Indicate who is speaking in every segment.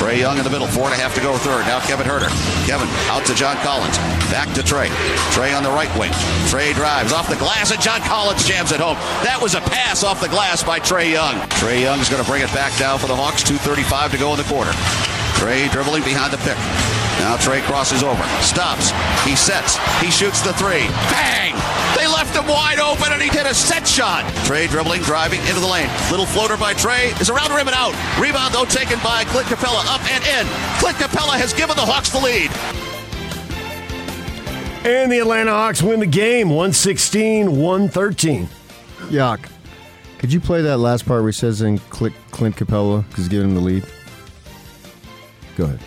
Speaker 1: Trey Young in the middle, four and a half to go third. Now Kevin Herter. Kevin out to John Collins. Back to Trey. Trey on the right wing. Trey drives off the glass, and John Collins jams it home. That was a pass off the glass by Trey Young. Trey Young's going to bring it back down for the Hawks. 2.35 to go in the quarter. Trey dribbling behind the pick. Now Trey crosses over, stops, he sets, he shoots the three. Bang! They left him wide open and he hit a set shot. Trey dribbling, driving into the lane. Little floater by Trey is around the rim and out. Rebound though taken by Clint Capella up and in. Clint Capella has given the Hawks the lead.
Speaker 2: And the Atlanta Hawks win the game 116 113.
Speaker 3: Yuck. Could you play that last part where he says in Clint, Clint Capella because giving him the lead? Go ahead.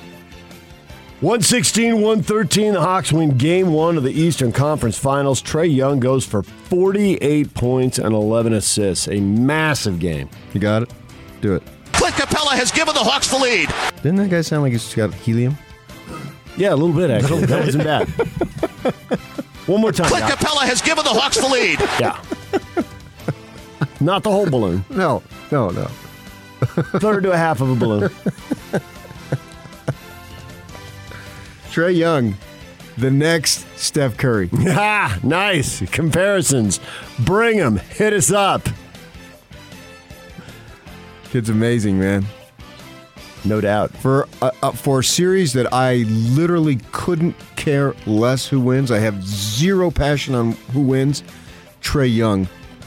Speaker 2: 116 113. The Hawks win game one of the Eastern Conference Finals. Trey Young goes for 48 points and 11 assists. A massive game.
Speaker 3: You got it? Do it.
Speaker 1: Clint Capella has given the Hawks the lead.
Speaker 3: Didn't that guy sound like he's got helium?
Speaker 2: Yeah, a little bit, actually. That wasn't bad. One more time.
Speaker 1: Clint
Speaker 2: Doc.
Speaker 1: Capella has given the Hawks the lead.
Speaker 2: Yeah. Not the whole balloon.
Speaker 3: No, no, no.
Speaker 2: Third to a half of a balloon.
Speaker 3: Trey Young, the next Steph Curry.
Speaker 2: ah, nice. Comparisons. Bring them. Hit us up.
Speaker 3: Kid's amazing, man.
Speaker 2: No doubt.
Speaker 3: For uh, uh, for a series that I literally couldn't care less who wins. I have zero passion on who wins. Trey Young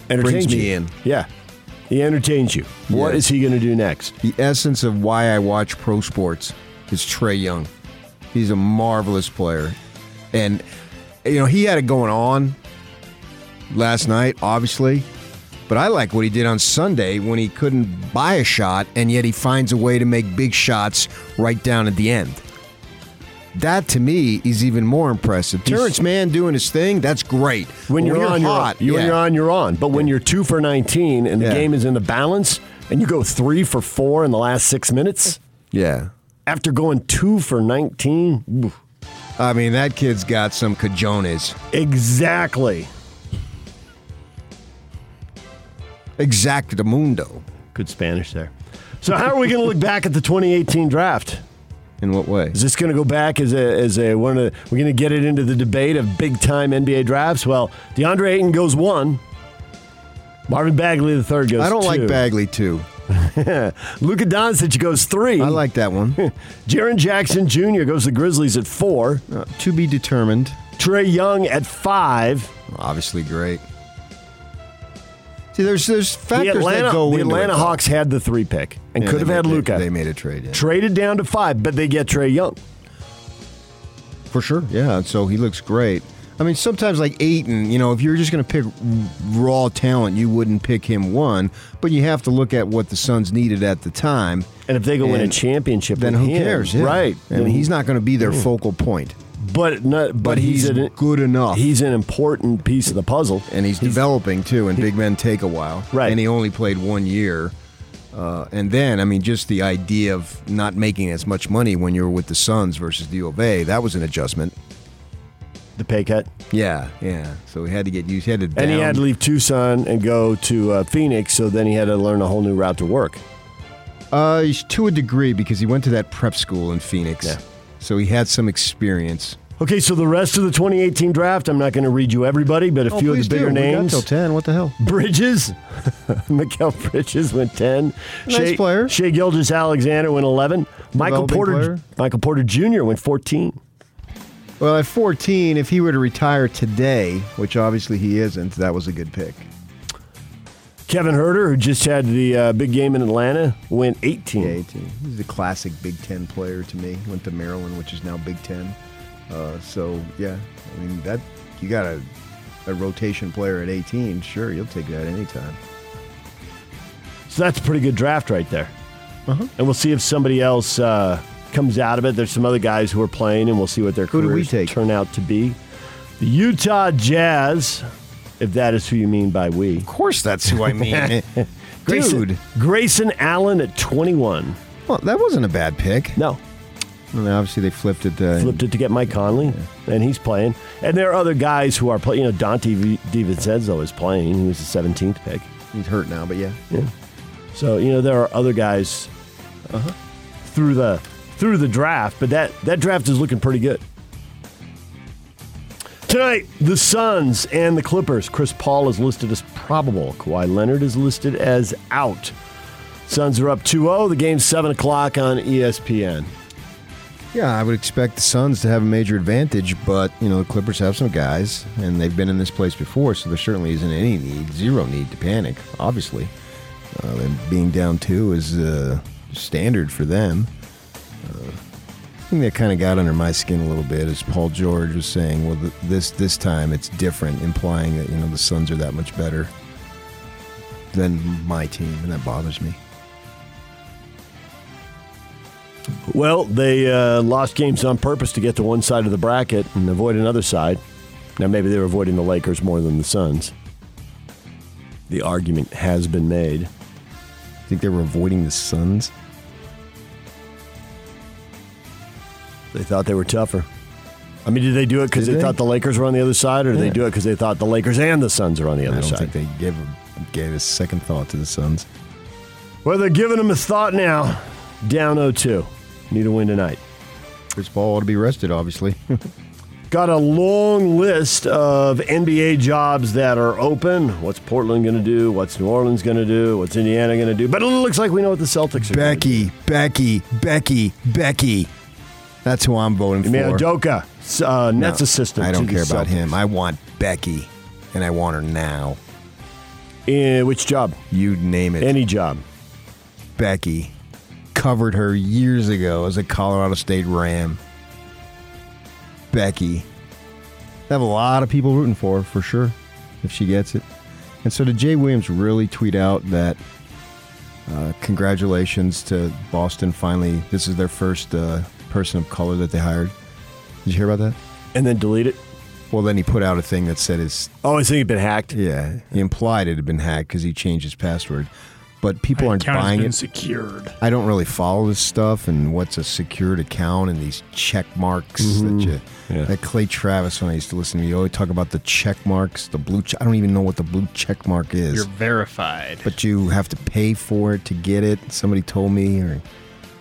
Speaker 3: brings
Speaker 2: Entertains
Speaker 3: me
Speaker 2: you.
Speaker 3: in.
Speaker 2: Yeah. He entertains you. What
Speaker 3: Yeah.
Speaker 2: is he going to do next?
Speaker 3: The essence of why I watch pro sports is Trey Young. He's a marvelous player. And, you know, he had it going on last night, obviously. But I like what he did on Sunday when he couldn't buy a shot, and yet he finds a way to make big shots right down at the end. That to me is even more impressive. Terrence Mann doing his thing, that's great.
Speaker 2: When you're, on,
Speaker 3: hot,
Speaker 2: you're on. You- When
Speaker 3: yeah.
Speaker 2: you're on, you're on. But when you're two for 19 and the
Speaker 3: Yeah.
Speaker 2: game is in the balance and you go three for four in the last six minutes
Speaker 3: yeah.
Speaker 2: after going two for 19, oof.
Speaker 3: I mean, that kid's got some cajones.
Speaker 2: exactly.
Speaker 3: Exactamundo.
Speaker 2: Good Spanish there. So, how are we going to look back at the 2018 draft?
Speaker 3: In what way?
Speaker 2: Is this going to go back as a as a one of the, we're going to get it into the debate of big time NBA drafts? Well, DeAndre Ayton goes one. Marvin Bagley the third goes.
Speaker 3: I don't like
Speaker 2: two.
Speaker 3: Bagley too.
Speaker 2: Luka Doncic goes three.
Speaker 3: I like that one.
Speaker 2: Jaron Jackson Jr. goes to the Grizzlies at four.
Speaker 3: Uh, to be determined.
Speaker 2: Trey Young at five.
Speaker 3: Obviously, great. See, there's there's
Speaker 2: The
Speaker 3: factors
Speaker 2: Atlanta,
Speaker 3: that go
Speaker 2: the
Speaker 3: into it,
Speaker 2: Atlanta
Speaker 3: though.
Speaker 2: Hawks had the three pick and
Speaker 3: Yeah,
Speaker 2: could
Speaker 3: they
Speaker 2: have had
Speaker 3: made-
Speaker 2: Luka.
Speaker 3: They, made a trade, yeah.
Speaker 2: Traded down to five, but they get Trey Young.
Speaker 3: for sure. Yeah, so he looks great. I mean, sometimes like Aiton, you know, if you're just going to pick raw talent, you wouldn't pick him one, but you have to look at what the Suns needed at the time.
Speaker 2: And if they go win a
Speaker 3: And
Speaker 2: championship,
Speaker 3: Then
Speaker 2: with
Speaker 3: who
Speaker 2: him,
Speaker 3: cares? yeah.
Speaker 2: Right.
Speaker 3: I mean, he's not going to be their focal point,
Speaker 2: But not, but,
Speaker 3: But he's
Speaker 2: an,
Speaker 3: good enough.
Speaker 2: He's an important piece of the puzzle,
Speaker 3: and he's, developing too. And big men take a while,
Speaker 2: Right.
Speaker 3: And he only played one year. Uh, and then, I mean, just the idea of not making as much money when you're with the Suns versus the U of A, that was an adjustment.
Speaker 2: the pay cut,
Speaker 3: Yeah, yeah. So he had to get used. He had to down.
Speaker 2: and he had to leave Tucson and go to uh, Phoenix. So then he had to learn a whole new route to work.
Speaker 3: Uh, he's to a degree because he went to that prep school in Phoenix.
Speaker 2: Yeah.
Speaker 3: So he had some experience.
Speaker 2: Okay, so the rest of the 2018 draft, I'm not going to read you everybody, but a
Speaker 3: Oh,
Speaker 2: few of the bigger names.
Speaker 3: till ten. What the hell?
Speaker 2: Bridges, Mikael Bridges went ten.
Speaker 3: Nice player.
Speaker 2: Shea Gilgis Alexander went eleven. Michael
Speaker 3: Developing
Speaker 2: Porter,
Speaker 3: player.
Speaker 2: Michael Porter Jr. went fourteen.
Speaker 3: Well, at fourteen, if he were to retire today, which obviously he isn't, that was a good pick.
Speaker 2: Kevin Herter, who just had the uh, big game in Atlanta, went eighteen.
Speaker 3: Yeah, 18. He's a classic Big Ten player to me. Went to Maryland, which is now Big Ten. Uh, so yeah, I mean that you got a, a rotation player at 18. Sure, you'll take that anytime.
Speaker 2: So that's a pretty good draft right there.
Speaker 3: Uh-huh.
Speaker 2: And we'll see if somebody else uh, comes out of it. There's some other guys who are playing, and we'll see what their
Speaker 3: Who do we
Speaker 2: careers
Speaker 3: take?
Speaker 2: turn out to be. The Utah Jazz, if that is who you mean by we.
Speaker 3: Of course, that's who I mean.
Speaker 2: Grayson,
Speaker 3: Dude.
Speaker 2: Grayson Allen at 21.
Speaker 3: Well, that wasn't a bad pick.
Speaker 2: No,
Speaker 3: And obviously, they flipped it. Uh,
Speaker 2: flipped it to get Mike Conley, and he's playing. And there are other guys who are playing. You know, Dante V- DiVincenzo is playing. He was the 17th pick.
Speaker 3: He's hurt now, but yeah.
Speaker 2: So you know there are other guys through the through the draft, but that that draft is looking pretty good. Tonight, the Suns and the Clippers. Chris Paul is listed as probable. Kawhi Leonard is listed as out. Suns are up 2-0. The game's seven o'clock on E ESPN.
Speaker 3: Yeah, I would expect the Suns to have a major advantage, but you know the Clippers have some guys, and they've been in this place before, so there certainly isn't any need, zero need to panic. Obviously, uh, and being down two is uh, standard for them. Uh, I think that kind of got under my skin a little bit, as Paul George was saying. Well, th- this this time it's different, implying that you know the Suns are that much better than my team, and that bothers me.
Speaker 2: Well, they uh, lost games on purpose to get to one side of the bracket and avoid another side. Now, maybe they were avoiding the Lakers more than the Suns. The argument has been made.
Speaker 3: I think they were avoiding the Suns.
Speaker 2: They thought they were tougher. I mean, did they do it because they,
Speaker 3: Did they?
Speaker 2: thought the Lakers were on the other side, or did they
Speaker 3: Yeah.
Speaker 2: do it because they thought the Lakers and the Suns are on the
Speaker 3: I
Speaker 2: other
Speaker 3: don't
Speaker 2: side?
Speaker 3: think they gave gave a second thought to the Suns.
Speaker 2: well, they're giving them a thought now. Down 0-2. Need a win tonight.
Speaker 3: Chris Paul ought to be rested, obviously.
Speaker 2: Got a long list of NBA jobs that are open. What's Portland going to do? What's New Orleans going to do? What's Indiana going to do? But it looks like we know what the Celtics are going to do.
Speaker 3: Becky, Becky, Becky, Becky. That's who I'm voting for.
Speaker 2: Ime Udoka, s- uh,
Speaker 3: No,
Speaker 2: Nets assistant.
Speaker 3: I
Speaker 2: to
Speaker 3: don't
Speaker 2: the
Speaker 3: care about
Speaker 2: Celtics.
Speaker 3: him. I want Becky, and I want her now.
Speaker 2: Eh, which job?
Speaker 3: You name it.
Speaker 2: Any job.
Speaker 3: Becky covered her years ago as a Colorado State Ram. Becky. I have a lot of people rooting for her, for sure, if she gets it. And so did Jay Williams really tweet out that uh, congratulations to Boston finally, this is their first uh, person of color that they hired. Did you hear about that?
Speaker 2: And then delete it.
Speaker 3: Well, then he put out a thing that said his
Speaker 2: Oh, I think he'd been hacked.
Speaker 3: yeah, he implied it had been hacked because he changed his password. But people aren't
Speaker 4: account has
Speaker 3: buying
Speaker 4: been
Speaker 3: it.
Speaker 4: secured.
Speaker 3: I don't really follow this stuff and what's a secured account and these check marks that you. That Clay Travis, when I used to listen to you, always talk about the check marks, the blue. Ch- I don't even know what the blue check mark is,
Speaker 4: You're verified.
Speaker 3: but you have to pay for it to get it. Somebody told me, or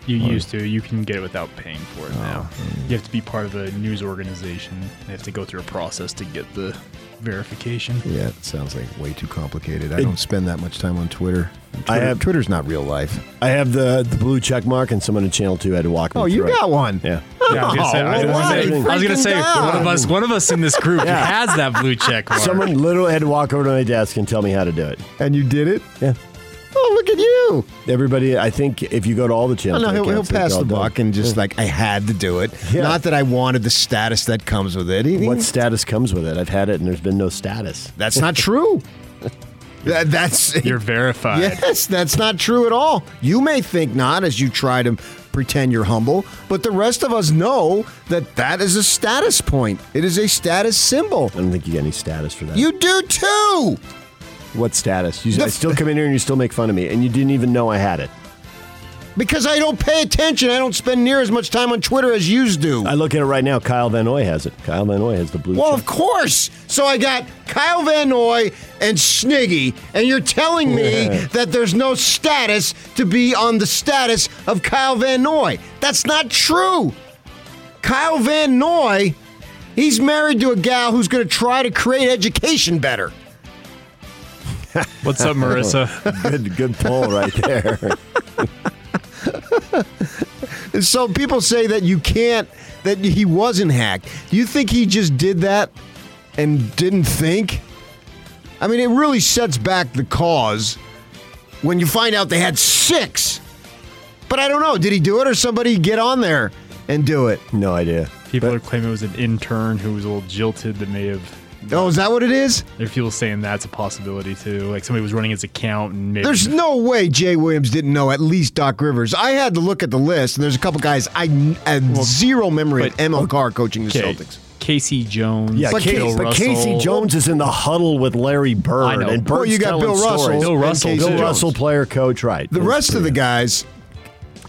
Speaker 4: you used to. You can get it without paying for it Oh, now. You have to be part of a news organization. They have to go through a process to get the verification.
Speaker 3: yeah, it sounds like way too complicated. I don't spend that much time on Twitter. Twitter
Speaker 2: I have-
Speaker 3: Twitter's not real life.
Speaker 2: I have the, the blue check mark, and someone in Channel 2 had to walk me
Speaker 3: Oh, you
Speaker 2: through it.
Speaker 3: got one. Oh,
Speaker 2: Yeah.
Speaker 4: Yeah, I was gonna say, I was gonna
Speaker 2: what a
Speaker 4: say- I was gonna
Speaker 3: freaking
Speaker 4: say,
Speaker 3: God.
Speaker 4: one of us, one of us in this group
Speaker 2: Yeah.
Speaker 4: has that blue check mark.
Speaker 2: Someone literally had to walk over to my desk and tell me how to do it.
Speaker 3: and you did it.
Speaker 2: Yeah.
Speaker 3: Oh, look at you.
Speaker 2: Everybody, I think if you go to all the
Speaker 3: Oh,
Speaker 2: channels,
Speaker 3: no, he'll, he'll
Speaker 2: accounts, they're
Speaker 3: pass
Speaker 2: all
Speaker 3: the
Speaker 2: done.
Speaker 3: buck and just like I had to do it.
Speaker 2: Yeah.
Speaker 3: Not that I wanted the status that comes with it. He- he-
Speaker 2: What status comes with it? I've had it, and there's been no status.
Speaker 3: That's not true. That- that's
Speaker 4: You're verified.
Speaker 3: yes, that's not true at all. You may think not as you try to pretend you're humble, but the rest of us know that that is a status point. It is a status symbol.
Speaker 2: I don't think you get any status for that.
Speaker 3: You do too.
Speaker 2: what status? You, I still come in here and you still make fun of me, and you didn't even know I had it.
Speaker 3: Because I don't pay attention. I don't spend near as much time on Twitter as yous do.
Speaker 2: I look at it right now. Kyle Van Noy has it. Kyle Van Noy has the blue.
Speaker 3: Well,
Speaker 2: check.
Speaker 3: of course. So I got Kyle Van Noy and Sniggy, and you're telling me
Speaker 2: Yeah.
Speaker 3: that there's no status to be on the status of Kyle Van Noy. That's not true. Kyle Van Noy, he's married to a gal who's going to try to create education better.
Speaker 4: What's up, Marissa?
Speaker 2: good, good pull right there.
Speaker 3: And so people say that you can't, that he wasn't hacked. Do you think he just did that and didn't think? I mean, it really sets back the cause when you find out they had six. But I don't know. Did he do it or somebody get on there and do it?
Speaker 2: no idea.
Speaker 4: People are claiming it was an intern who was a little jilted that may have.
Speaker 3: Oh, is that what it is?
Speaker 4: There are people saying that's a possibility too. Like somebody was running his account and maybe
Speaker 3: There's no way Jay Williams didn't know at least Doc Rivers. I had to look at the list, and there's a couple guys I had zero memory of
Speaker 4: but-
Speaker 3: ML Carr coaching the
Speaker 4: Okay.
Speaker 3: Celtics.
Speaker 4: Casey Jones.
Speaker 2: Yeah,
Speaker 3: like
Speaker 2: Casey-
Speaker 3: Bill
Speaker 2: but Casey
Speaker 4: Russell.
Speaker 2: Jones is in the huddle with Larry Bird.
Speaker 4: I know.
Speaker 2: And
Speaker 3: Well,
Speaker 2: Bird's
Speaker 3: you got
Speaker 2: telling
Speaker 3: Bill Russell.
Speaker 2: stories.
Speaker 4: Bill
Speaker 3: and
Speaker 4: Russell.
Speaker 3: Casey
Speaker 2: Bill
Speaker 3: Jones.
Speaker 2: Russell, player, coach, right.
Speaker 3: The
Speaker 2: It's
Speaker 3: rest of the
Speaker 2: pretty-
Speaker 3: guys,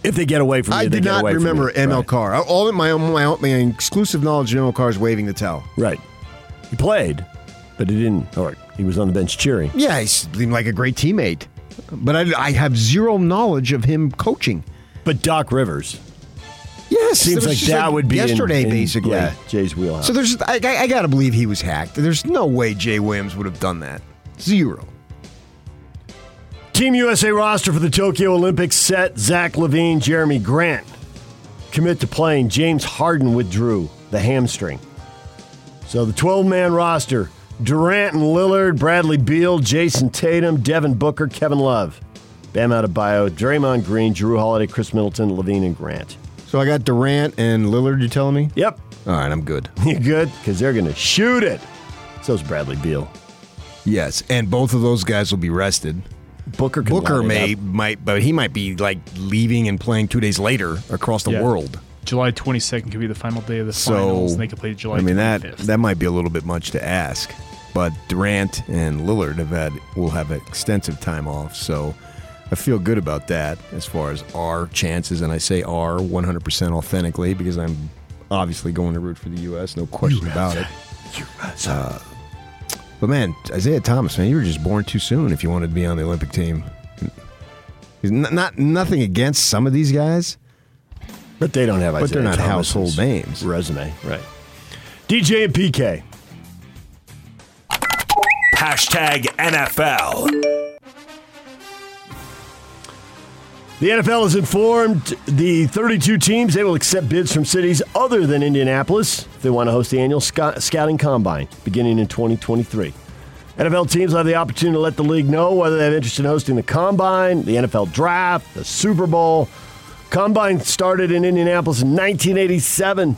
Speaker 2: If they get away from you,
Speaker 3: I
Speaker 2: they
Speaker 3: did
Speaker 2: get
Speaker 3: not
Speaker 2: away from
Speaker 3: remember
Speaker 2: you.
Speaker 3: ML
Speaker 2: Right.
Speaker 3: Carr. I- All my, own- my, own- my exclusive knowledge of ML Carr is waving the towel.
Speaker 2: Right. He played, but he didn't. Or he was on the bench cheering.
Speaker 3: Yeah, he seemed like a great teammate, but I, I have zero knowledge of him coaching.
Speaker 2: But Doc Rivers
Speaker 3: Yes, it
Speaker 2: seems
Speaker 3: was
Speaker 2: like
Speaker 3: just
Speaker 2: that would be in-
Speaker 3: yesterday,
Speaker 2: in,
Speaker 3: basically.
Speaker 2: yeah, Jay's wheelhouse.
Speaker 3: So there's, I, I, I gotta believe he was hacked. There's no way Jay Williams would have done that. Zero.
Speaker 2: Team USA roster for the Tokyo Olympics set. Zach Levine, Jeremy Grant commit to playing. James Harden withdrew the hamstring. So the 12 man roster Durant and Lillard, Bradley Beal, Jason Tatum, Devin Booker, Kevin Love, Bam Adebayo, Draymond Green, Drew Holiday, Chris Middleton, Levine, and Grant.
Speaker 3: So I got Durant and Lillard. You're telling me?
Speaker 2: Yep.
Speaker 3: All right, I'm good.
Speaker 2: You good? Because they're going to shoot it. So's Bradley Beal.
Speaker 3: Yes, and both of those guys will be rested.
Speaker 2: Booker can
Speaker 3: Booker
Speaker 2: line it
Speaker 3: may
Speaker 2: up.
Speaker 3: might, but he might be like leaving and playing two days later across the
Speaker 4: Yeah.
Speaker 3: world.
Speaker 4: July 22nd could be the final day of the
Speaker 3: So
Speaker 4: finals, and they could play July
Speaker 3: I mean that
Speaker 4: 25th.
Speaker 3: that might be a little bit much to ask, but Durant and Lillard have had will have extensive time off, so I feel good about that as far as our chances, and I say our 100 percent authentically because I'm obviously going to root for the U.S. No question about it. Uh, but man, Isaiah Thomas, man, you were just born too soon if you wanted to be on the Olympic team. N- Not nothing against some of these guys.
Speaker 2: But they don't have Isaiah
Speaker 3: But they're not
Speaker 2: Thomas's
Speaker 3: household names.
Speaker 2: Resume, right? DJ and PK.
Speaker 5: Hashtag NFL.
Speaker 2: The NFL has informed the 32 teams they will accept bids from cities other than Indianapolis if they want to host the annual sco- scouting combine beginning in 2023. NFL teams will have the opportunity to let the league know whether they have interest in hosting the combine, the NFL draft, the Super Bowl. Combine started in Indianapolis in 1987.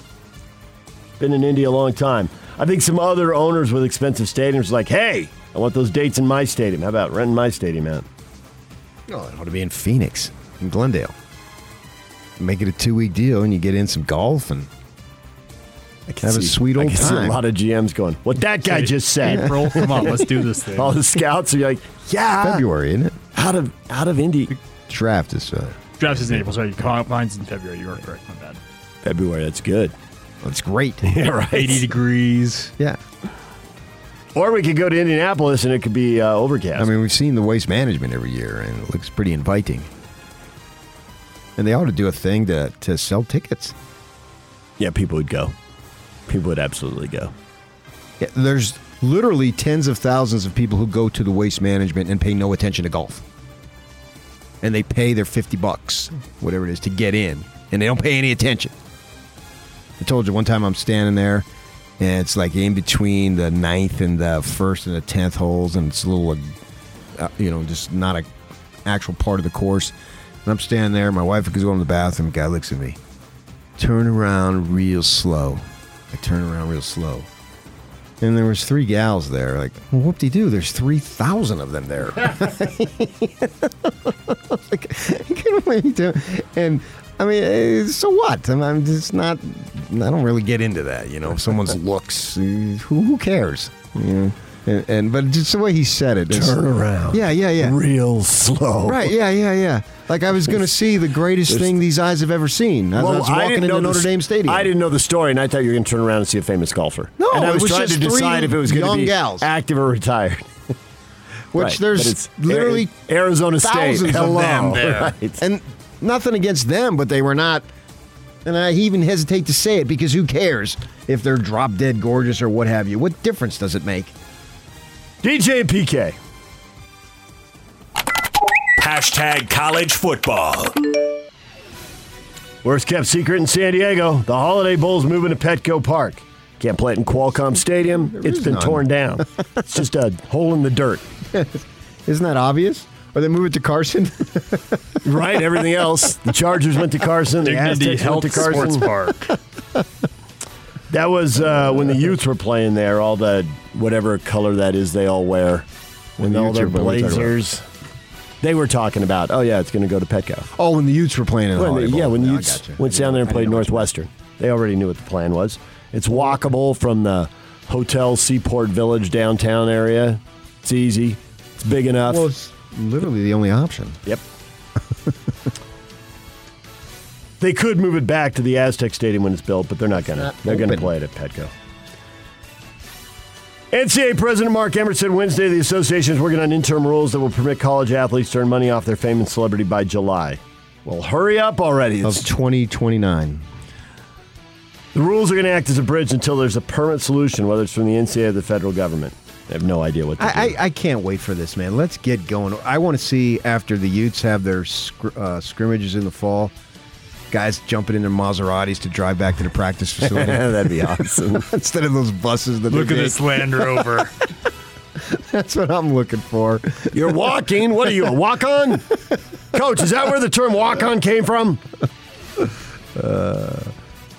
Speaker 2: Been in Indy a long time. I think some other owners with expensive stadiums are like, hey, I want those dates in my stadium. How about renting my stadium out?
Speaker 3: No, it ought to be in Phoenix, in Glendale. Make it a two week deal and you get in some golf and
Speaker 2: I can
Speaker 3: Have a sweet
Speaker 2: I
Speaker 3: old
Speaker 2: can see
Speaker 3: time.
Speaker 2: a lot of GMs going, what that guy just said.
Speaker 4: April, come on, let's do this thing.
Speaker 2: All the scouts are like, yeah,
Speaker 3: February, isn't it?
Speaker 2: out of out of Indy.
Speaker 3: Draft is uh,
Speaker 4: Drafts is in April, sorry. Combine's in February. You are correct. My bad.
Speaker 2: February, that's good.
Speaker 3: it's great.
Speaker 2: Yeah, right.
Speaker 4: 80 degrees.
Speaker 3: yeah,
Speaker 2: Or we could go to Indianapolis and it could be uh, overcast.
Speaker 3: I mean we've seen the waste management every year and it looks pretty inviting. And they ought to do a thing to to sell tickets.
Speaker 2: yeah, people would go. People would absolutely go.
Speaker 3: Yeah, there's literally tens of thousands of people who go to the waste management and pay no attention to golf. And they pay their 50 bucks, whatever it is, to get in, and they don't pay any attention. I told you one time I'm standing there, and it's like in between the ninth and the first and the tenth holes, and it's a little, uh, you know, just not a actual part of the course. And I'm standing there, my wife goes going to the bathroom, guy looks at me. Turn around real slow. I turn around real slow and there was three gals there. Like, well, whoop de doo, there's three thousand of them there. like, what are you doing? And I mean, eh, so what? I'm, I'm just not. I don't really get into that, you know. Someone's looks, eh, who, who cares? You know? and, and but just the way he said it, it's-
Speaker 2: around.
Speaker 3: Yeah, yeah, yeah.
Speaker 2: Real slow.
Speaker 3: Right, yeah, yeah, yeah. Like I was going to see the greatest thing these eyes have ever seen. I was walking into
Speaker 2: the
Speaker 3: Notre
Speaker 2: s-
Speaker 3: Dame Stadium.
Speaker 2: I didn't know the story, and I thought you were going to turn around and see a famous golfer.
Speaker 3: No,
Speaker 2: and I
Speaker 3: it
Speaker 2: was,
Speaker 3: was
Speaker 2: trying
Speaker 3: just
Speaker 2: to decide
Speaker 3: three
Speaker 2: if it was going
Speaker 3: young
Speaker 2: to be
Speaker 3: gals.
Speaker 2: active or retired.
Speaker 3: which
Speaker 2: Right,
Speaker 3: there's
Speaker 2: but it's
Speaker 3: literally
Speaker 2: Ari- Arizona State.
Speaker 3: thousands
Speaker 2: Hello.
Speaker 3: of them there.
Speaker 2: Right.
Speaker 3: And nothing against them, but they were not. And I even hesitate to say it because who cares if they're drop dead gorgeous or what have you? What difference does it make?
Speaker 2: DJ and PK.
Speaker 5: Hashtag college football.
Speaker 2: Worst kept secret in San Diego. The Holiday Bowl's moving to Petco Park. Can't play it in Qualcomm Stadium. it's
Speaker 3: is
Speaker 2: been
Speaker 3: none.
Speaker 2: torn down. it's just a hole in the dirt.
Speaker 3: Isn't that obvious? Or they move it to Carson?
Speaker 2: Right? Everything else. The Chargers went to Carson. The
Speaker 4: Dignity
Speaker 2: Aztecs went
Speaker 4: Health
Speaker 2: to
Speaker 4: Sports
Speaker 2: Carson.
Speaker 4: Park.
Speaker 2: That was uh, when the youths were playing there. All the whatever color that is they all wear. When
Speaker 3: The
Speaker 2: all
Speaker 3: youths
Speaker 2: their
Speaker 3: are- what are we talking about?
Speaker 2: blazers. They were talking about, oh, yeah, it's going to go to Petco.
Speaker 3: oh, when the Utes were playing in the
Speaker 2: When
Speaker 3: Holiday
Speaker 2: yeah,
Speaker 3: Bowl.
Speaker 2: when
Speaker 3: No, I
Speaker 2: you
Speaker 3: gotcha.
Speaker 2: went down there and
Speaker 3: I didn't
Speaker 2: played
Speaker 3: know what you
Speaker 2: Northwestern, they already knew what the plan was. It's walkable from the hotel Seaport Village downtown area. It's easy. It's big enough.
Speaker 3: Well, it's literally the only option.
Speaker 2: Yep. they could move it back to the Aztec Stadium when it's built, but they're not gonna.
Speaker 3: not
Speaker 2: they're gonna
Speaker 3: open.
Speaker 2: play it at Petco. NCAA President Mark Emerson Wednesday, the association is working on interim rules that will permit college athletes to earn money off their fame and celebrity by July. Well, hurry up already.
Speaker 3: Of
Speaker 2: It's
Speaker 3: 2029.
Speaker 2: the rules are going to act as a bridge until there's a permanent solution, whether it's from the NCAA or the federal government. I have no idea what. to
Speaker 3: I,
Speaker 2: do.
Speaker 3: I, I can't wait for this, man. Let's get going. I want to see after the Utes have their scr- uh, scrimmages in the fall, guys jumping in their Maseratis to drive back to the practice facility
Speaker 2: That'd be awesome.
Speaker 3: instead of those buses. That
Speaker 4: Look
Speaker 3: they
Speaker 4: at
Speaker 3: make.
Speaker 4: this Land Rover.
Speaker 3: That's what I'm looking for.
Speaker 2: You're walking. What are you, a walk on? Coach, is that where the term walk on came from?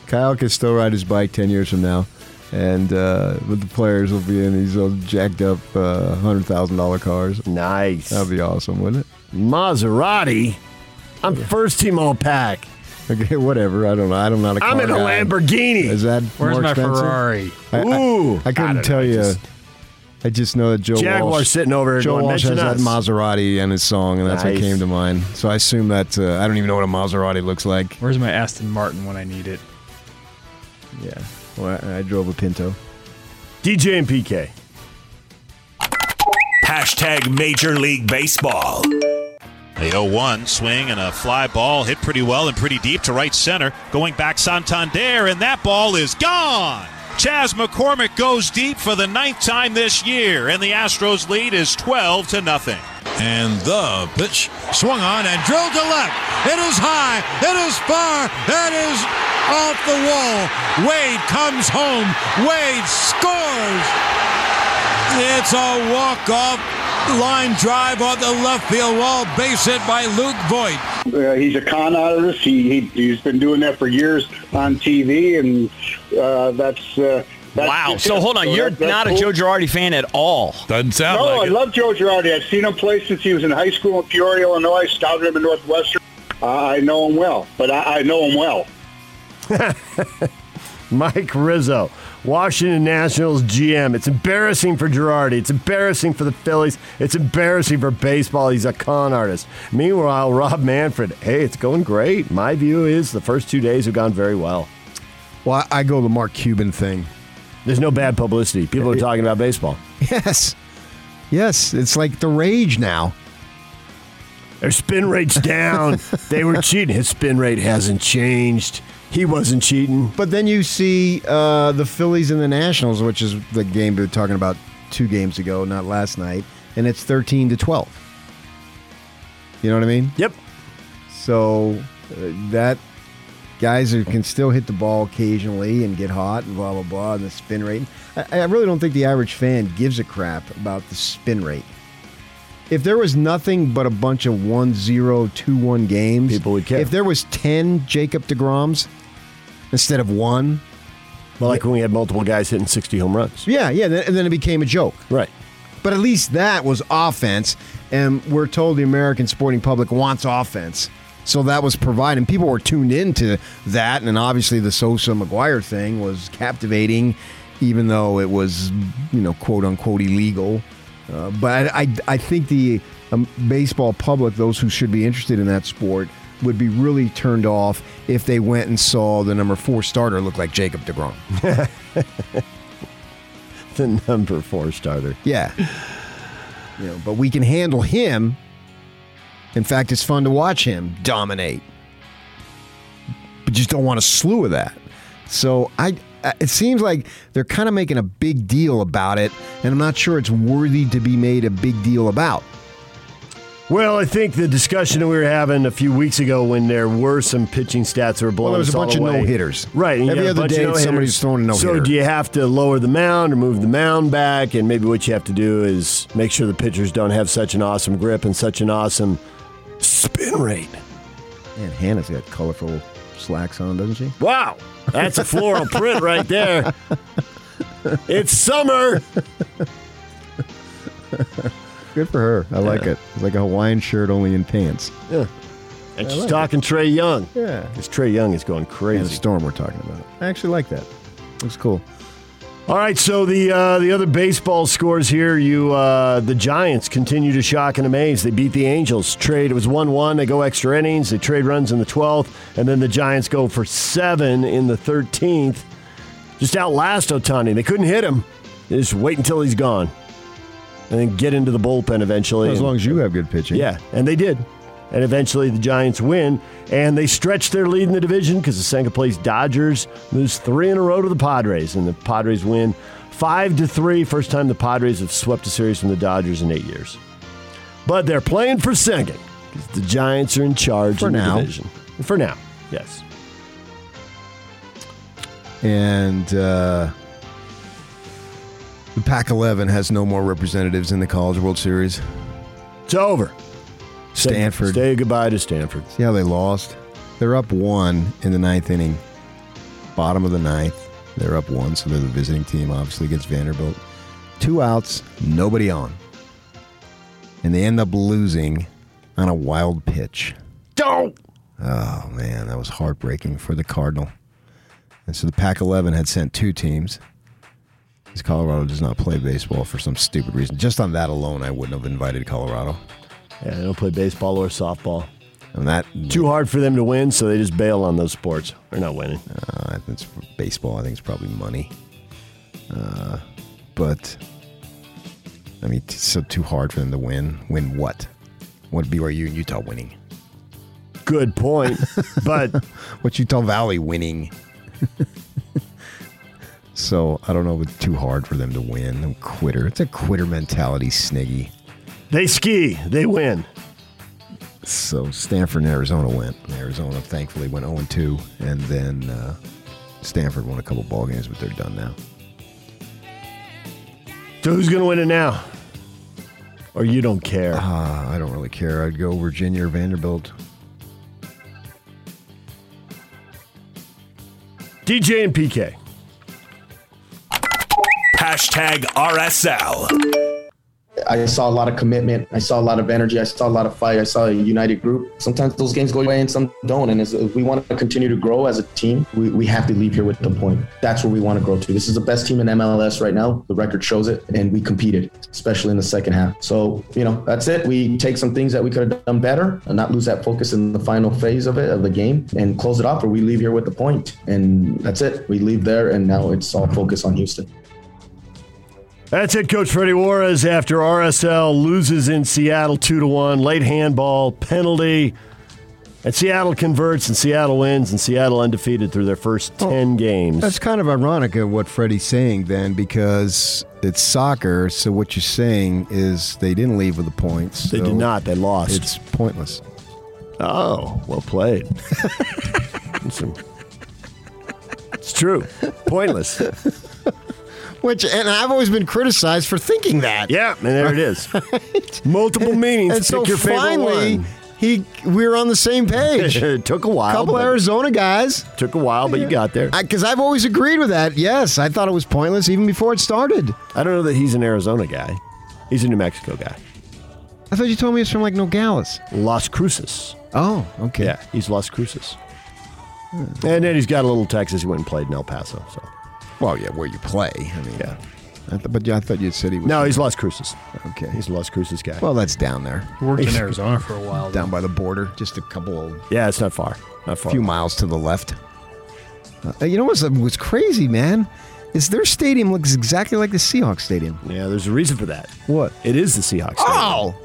Speaker 3: Kyle can still ride his bike 10 years from now. And uh, with the players will be in these old jacked up uh, $100,000 cars.
Speaker 2: Nice.
Speaker 3: That'd be awesome, wouldn't it?
Speaker 2: Maserati. I'm first team all pack.
Speaker 3: Okay, whatever. I don't know. I'm not a car
Speaker 2: I'm in a
Speaker 3: guy. Is
Speaker 2: Lamborghini.
Speaker 3: that
Speaker 4: Where's
Speaker 3: more
Speaker 4: my
Speaker 3: expensive?
Speaker 4: Ferrari?
Speaker 3: I- I-
Speaker 2: Ooh. I
Speaker 3: I, couldn't
Speaker 2: don't
Speaker 3: tell
Speaker 2: know,
Speaker 3: you.
Speaker 2: just-
Speaker 3: I just know that Joe
Speaker 2: Jaguar
Speaker 3: Walsh,
Speaker 2: sitting over here
Speaker 3: Joe
Speaker 2: going,
Speaker 3: Walsh has
Speaker 2: "Mention
Speaker 3: that
Speaker 2: us."
Speaker 3: Maserati in his song, and that's
Speaker 2: Nice.
Speaker 3: what came to mind. So I assume that uh, I don't even know what a Maserati looks like.
Speaker 4: Where's my Aston Martin when I need it?
Speaker 3: Yeah, well, I, I drove a Pinto.
Speaker 2: DJ and PK.
Speaker 5: Hashtag Major League Baseball.
Speaker 6: The 0 1 swing and a fly ball hit pretty well and pretty deep to right center. Going back Santander, and that ball is gone. Chaz McCormick goes deep for the ninth time this year, and the Astros lead is 12 to nothing.
Speaker 7: And the pitch swung on and drilled to left. It is high. It is far. That is off the wall. Wade comes home. Wade scores. It's a walk-off line drive on the left field wall. Base hit by Luke Voigt.
Speaker 8: Uh, he's a con artist. He, he he's been doing that for years on TV, and uh, that's, uh, that's
Speaker 9: Wow.
Speaker 8: just
Speaker 9: So
Speaker 8: it.
Speaker 9: hold on, you're
Speaker 8: that- that's
Speaker 9: not a
Speaker 8: cool.
Speaker 9: Joe Girardi fan at all.
Speaker 7: Doesn't sound
Speaker 8: No,
Speaker 7: like
Speaker 8: I
Speaker 7: it.
Speaker 8: love Joe Girardi. I've seen him play since he was in high school in Peoria, Illinois. Scouted him in Northwestern. Uh, I know him well, but I, I know him well.
Speaker 2: Mike Rizzo, Washington Nationals GM. It's embarrassing for Girardi. It's embarrassing for the Phillies. It's embarrassing for baseball. He's a con artist. Meanwhile, Rob Manfred, hey, it's going great. My view is the first two days have gone very well.
Speaker 3: Well, I, I go the Mark Cuban thing.
Speaker 2: There's no bad publicity. People are talking about baseball.
Speaker 3: Yes, yes, it's like the rage now.
Speaker 2: Their spin rate's down. they were cheating. His spin rate hasn't changed. He wasn't cheating.
Speaker 3: But then you see uh, the Phillies and the Nationals, which is the game we were talking about two games ago, not last night, and it's thirteen to twelve. You know what I mean?
Speaker 2: Yep.
Speaker 3: So uh, that guys who can still hit the ball occasionally and get hot and blah blah blah and the spin rate. I, I really don't think the average fan gives a crap about the spin rate. If there was nothing but a bunch of 1-0, 2-1 games,
Speaker 2: People would care.
Speaker 3: If there was 10 Jacob deGroms instead of one,
Speaker 2: Well, like when we had multiple guys hitting 60 home runs.
Speaker 3: yeah, yeah, then, and then it became a joke.
Speaker 2: Right.
Speaker 3: But at least that was offense, and we're told the American sporting public wants offense. So that was providing. People were tuned into that, and then obviously the Sosa McGuire thing was captivating, even though it was, you know, quote unquote illegal. Uh, but I, I, I think the um, baseball public, those who should be interested in that sport, would be really turned off if they went and saw the number four starter look like Jacob DeGrom.
Speaker 2: The number four starter.
Speaker 3: Yeah. You know, but we can handle him. In fact, it's fun to watch him dominate. But you just don't want a slew of that. So I, I it seems like they're kind of making a big deal about it, and I'm not sure it's worthy to be made a big deal about.
Speaker 2: Well, I think the discussion that we were having a few weeks ago when there were some pitching stats that were blown.
Speaker 3: Well, there was a bunch of
Speaker 2: away.
Speaker 3: no-hitters.
Speaker 2: Right. and you
Speaker 3: Every
Speaker 2: got a
Speaker 3: other
Speaker 2: bunch of
Speaker 3: day,
Speaker 2: no-hitters.
Speaker 3: somebody's throwing a no-hitter.
Speaker 2: So do you have to lower the mound or move the mound back? And maybe what you have to do is make sure the pitchers don't have such an awesome grip and such an awesome spin rate.
Speaker 3: And Hannah's got colorful slacks on, doesn't she?
Speaker 2: Wow, that's a floral print right there. It's summer.
Speaker 3: Good for her. I like it. It's like a Hawaiian shirt only in pants.
Speaker 2: And she's talking Trey Young.
Speaker 3: Yeah.
Speaker 2: Because Trey Young is going
Speaker 3: And the
Speaker 2: crazy.
Speaker 3: storm we're talking about. I actually like that. It's cool.
Speaker 2: All right, so the uh, the other baseball scores here. You uh, the Giants continue to shock and amaze. They beat the Angels. Trade it was one one. They go extra innings. They trade runs in the twelfth, and then the Giants go for seven in the thirteenth. Just outlast Otani. They couldn't hit him. They just wait until he's gone, and then get into the bullpen eventually.
Speaker 3: As
Speaker 2: And-
Speaker 3: long as you have good pitching.
Speaker 2: yeah, and they did. And eventually the Giants win, and they stretch their lead in the division because the second place Dodgers lose three in a row to the Padres, and the Padres win five to three. First time the Padres have swept a series from the Dodgers in eight years. But they're playing for second 'cause the Giants are in charge
Speaker 3: For
Speaker 2: in
Speaker 3: now.
Speaker 2: the division. For now, yes.
Speaker 3: And uh, the Pac 11 has no more representatives in the College World Series.
Speaker 2: It's over. Say-
Speaker 3: Stanford.
Speaker 2: Say goodbye to Stanford.
Speaker 3: See how they lost? They're up one in the ninth inning, bottom of the ninth. They're up one, so they're the visiting team, obviously, against Vanderbilt. Two outs, nobody on. And they end up losing on a wild pitch.
Speaker 2: Don't.
Speaker 3: Oh, man, that was heartbreaking for the Cardinal. And so the Pac 11 had sent two teams. Because Colorado does not play baseball for some stupid reason. Just on that alone, I wouldn't have invited Colorado.
Speaker 2: Yeah, they don't play baseball or softball.
Speaker 3: And that,
Speaker 2: Too hard for them to win, so they just bail on those sports. They're not winning.
Speaker 3: Uh, it's baseball. I think it's probably money. Uh, but I mean, it's so too hard for them to win. Win what? What BYU and Utah winning?
Speaker 2: Good point, but
Speaker 3: What's Utah Valley winning? so I don't know. It's too hard for them to win. I'm a quitter. It's a quitter mentality, Sniggy.
Speaker 2: They ski, they win.
Speaker 3: So Stanford and Arizona went. Arizona thankfully went 0 2, and then uh, Stanford won a couple ball games, but they're done now.
Speaker 2: So who's going to win it now? Or you don't care.
Speaker 3: Uh, I don't really care. I'd go Virginia or Vanderbilt.
Speaker 2: DJ and PK.
Speaker 5: Hashtag RSL.
Speaker 9: I saw a lot of commitment. I saw a lot of energy. I saw a lot of fight. I saw a united group. Sometimes those games go away and some don't. And as, if we want to continue to grow as a team, we, we have to leave here with the point. That's where we want to grow to. This is the best team in MLS right now. The record shows it. And we competed, especially in the second half. So, you know, that's it. We take some things that we could have done better and not lose that focus in the final phase of it, of the game, and close it off, or we leave here with the point. And that's it. We leave there. And now it's all focus on Houston.
Speaker 2: That's it, Coach Freddie Juarez after RSL loses in Seattle 2 to 1. Late handball, penalty. And Seattle converts, and Seattle wins, and Seattle undefeated through their first 10 games.
Speaker 3: Oh, That's kind of ironic of what Freddie's saying then, because it's soccer. So what you're saying is they didn't leave with the points.
Speaker 2: they
Speaker 3: so
Speaker 2: did not. They lost.
Speaker 3: It's pointless.
Speaker 2: Oh, well played. it's, it's true. Pointless.
Speaker 3: Which, and I've always been criticized for thinking that.
Speaker 2: Yeah, and there it is. Multiple meanings.
Speaker 3: And so
Speaker 2: Pick your favorite
Speaker 3: finally,
Speaker 2: one.
Speaker 3: he we were on the same page. A
Speaker 2: it took a while.
Speaker 3: couple
Speaker 2: but-
Speaker 3: Arizona guys,
Speaker 2: Took a while, but you got there. I,
Speaker 3: because I've always agreed with that. Yes, I thought it was pointless even before it started.
Speaker 2: don't know that he's an Arizona guy. He's a New Mexico guy.
Speaker 3: I thought you told me it's from like Nogales.
Speaker 2: Las Cruces.
Speaker 3: Oh, okay.
Speaker 2: Yeah, he's Las Cruces.
Speaker 3: Hmm.
Speaker 2: And then he's got a little Texas. He went and played in El Paso. So
Speaker 3: Well, yeah, where you play. I mean,
Speaker 2: yeah.
Speaker 3: I th- but yeah, I thought you said he was.
Speaker 2: No, he's Las Cruces.
Speaker 3: okay.
Speaker 2: He's a Las Cruces guy.
Speaker 3: well, that's down there,
Speaker 4: Worked in Arizona for a while.
Speaker 3: down by the border, just a couple of
Speaker 2: yeah, it's not far. Not far.
Speaker 3: few miles to the left. Uh, you know what's what's crazy, man? Is their stadium looks exactly like the Seahawks stadium.
Speaker 2: yeah, there's a reason for that.
Speaker 3: What?
Speaker 2: It is the Seahawks.
Speaker 3: Oh.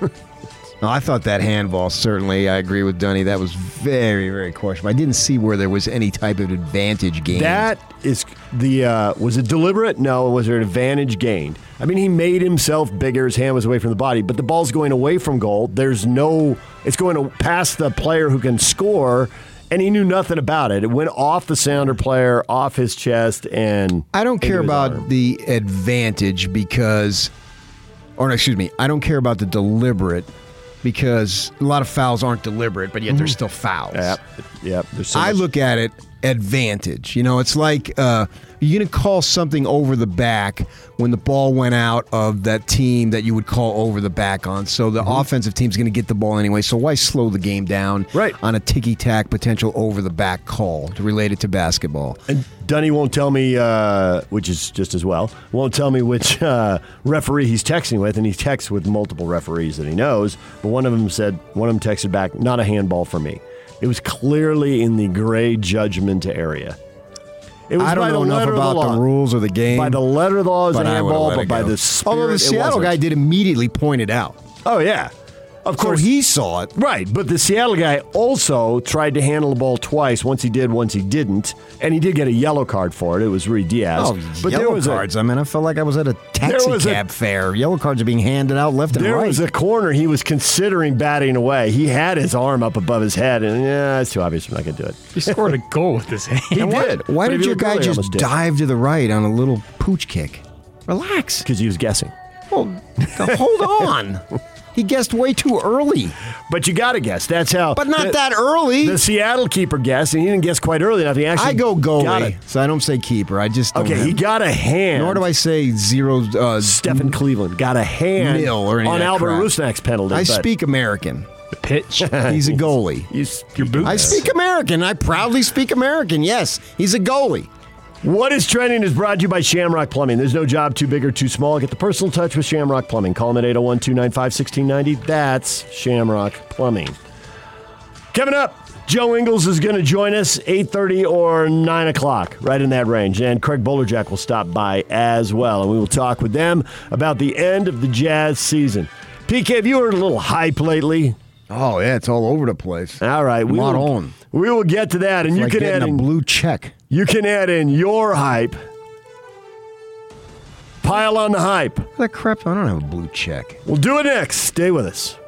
Speaker 3: No, I thought that handball certainly. I agree with Dunny. That was very, very questionable. I didn't see where there was any type of advantage gained.
Speaker 2: That is the uh, was it deliberate? No, was there an advantage gained? I mean, he made himself bigger. His hand was away from the body, but the ball's going away from goal. There's no, it's going to pass the player who can score, and he knew nothing about it. It went off the sounder player, off his chest, and
Speaker 3: I don't care
Speaker 2: into his
Speaker 3: about
Speaker 2: arm.
Speaker 3: the advantage because, or no, excuse me, I don't care about the deliberate because a lot of fouls aren't deliberate, but yet they're still fouls.
Speaker 2: Yep, yep. There's so
Speaker 3: I
Speaker 2: much-
Speaker 3: look at it advantage. You know, it's like uh, You're going to call something over the back when the ball went out of that team that you would call over the back on. So
Speaker 2: Mm-hmm.
Speaker 3: the offensive team's going to get the ball anyway. So why slow the game down
Speaker 2: Right.
Speaker 3: on a ticky tack potential over the back call to relate it to basketball?
Speaker 2: And Dunny won't tell me, uh, which is just as well, won't tell me which uh, referee he's texting with, and he texts with multiple referees that he knows. But one of them said, one of them texted back, not a handball for me. It was clearly in the gray judgment area. It was
Speaker 3: I
Speaker 2: by
Speaker 3: don't
Speaker 2: the
Speaker 3: know enough
Speaker 2: letter of
Speaker 3: about the,
Speaker 2: law.
Speaker 3: rules of the game.
Speaker 2: By the letter of the law, it was
Speaker 3: but
Speaker 2: a
Speaker 3: I would've
Speaker 2: handball,
Speaker 3: let
Speaker 2: but
Speaker 3: it
Speaker 2: by
Speaker 3: go.
Speaker 2: the spirit,
Speaker 3: although the
Speaker 2: it
Speaker 3: Seattle
Speaker 2: wasn't.
Speaker 3: guy did immediately point it out.
Speaker 2: Oh yeah, of
Speaker 3: So
Speaker 2: course
Speaker 3: he saw it.
Speaker 2: Right, but the Seattle guy also tried to handle the ball twice. Once he did, once he didn't, and he did get a yellow card for it. It was Reed Diaz.
Speaker 3: Oh,
Speaker 2: but
Speaker 3: yellow
Speaker 2: there was
Speaker 3: cards. I mean, I felt like I was at a taxi
Speaker 2: was a-
Speaker 3: cab fare. Yellow cards are being handed out left
Speaker 2: a
Speaker 3: and
Speaker 2: there
Speaker 3: right.
Speaker 2: was a corner he was considering batting away. He had his arm up above his head, and yeah, it's too obvious. I'm not gonna do it.
Speaker 4: He scored a goal with his hand.
Speaker 2: He
Speaker 3: Why-
Speaker 2: did.
Speaker 3: Why
Speaker 2: But if
Speaker 3: did
Speaker 2: you
Speaker 3: your
Speaker 2: look
Speaker 3: guy
Speaker 2: earlier, he
Speaker 3: just
Speaker 2: almost did.
Speaker 3: dive to the right on a little pooch kick? Relax.
Speaker 2: Because he was guessing.
Speaker 3: Well, hold on. He guessed way too early,
Speaker 2: But you gotta guess. That's how.
Speaker 3: but not
Speaker 2: the-
Speaker 3: that early.
Speaker 2: The Seattle keeper guessed, and he didn't guess quite early enough. He actually
Speaker 3: I go
Speaker 2: got
Speaker 3: goalie,
Speaker 2: it.
Speaker 3: so I don't say keeper. I just don't
Speaker 2: Okay,
Speaker 3: have-
Speaker 2: he got a hand.
Speaker 3: Nor do I say zero. Uh,
Speaker 2: Stephen Cleveland got a hand
Speaker 3: Nil or any of
Speaker 2: on
Speaker 3: that
Speaker 2: Albert
Speaker 3: crap.
Speaker 2: Rusnak's penalty.
Speaker 3: I
Speaker 2: but
Speaker 3: speak American.
Speaker 4: The pitch.
Speaker 3: He's a goalie.
Speaker 2: You your boot.
Speaker 3: I speak American. I proudly speak American. Yes, he's a goalie.
Speaker 2: What is trending is brought to you by Shamrock Plumbing. There's no job too big or too small. Get the personal touch with Shamrock Plumbing. Call them at 801 295 1690. That's Shamrock Plumbing. Coming up, Joe Ingles is going to join us 8.30 or 9 o'clock, right in that range. And Craig Bowlerjack will stop by as well. And we will talk with them about the end of the Jazz season. PK, have you heard a little hype lately?
Speaker 3: Oh yeah, it's all over the place.
Speaker 2: All right. We
Speaker 3: Not
Speaker 2: will,
Speaker 3: on.
Speaker 2: We will get to that. And you
Speaker 3: like
Speaker 2: can add
Speaker 3: getting a
Speaker 2: in
Speaker 3: blue check.
Speaker 2: You can add in your hype. Pile on the hype.
Speaker 3: That crap. I don't have a blue check.
Speaker 2: We'll do it next. Stay with us.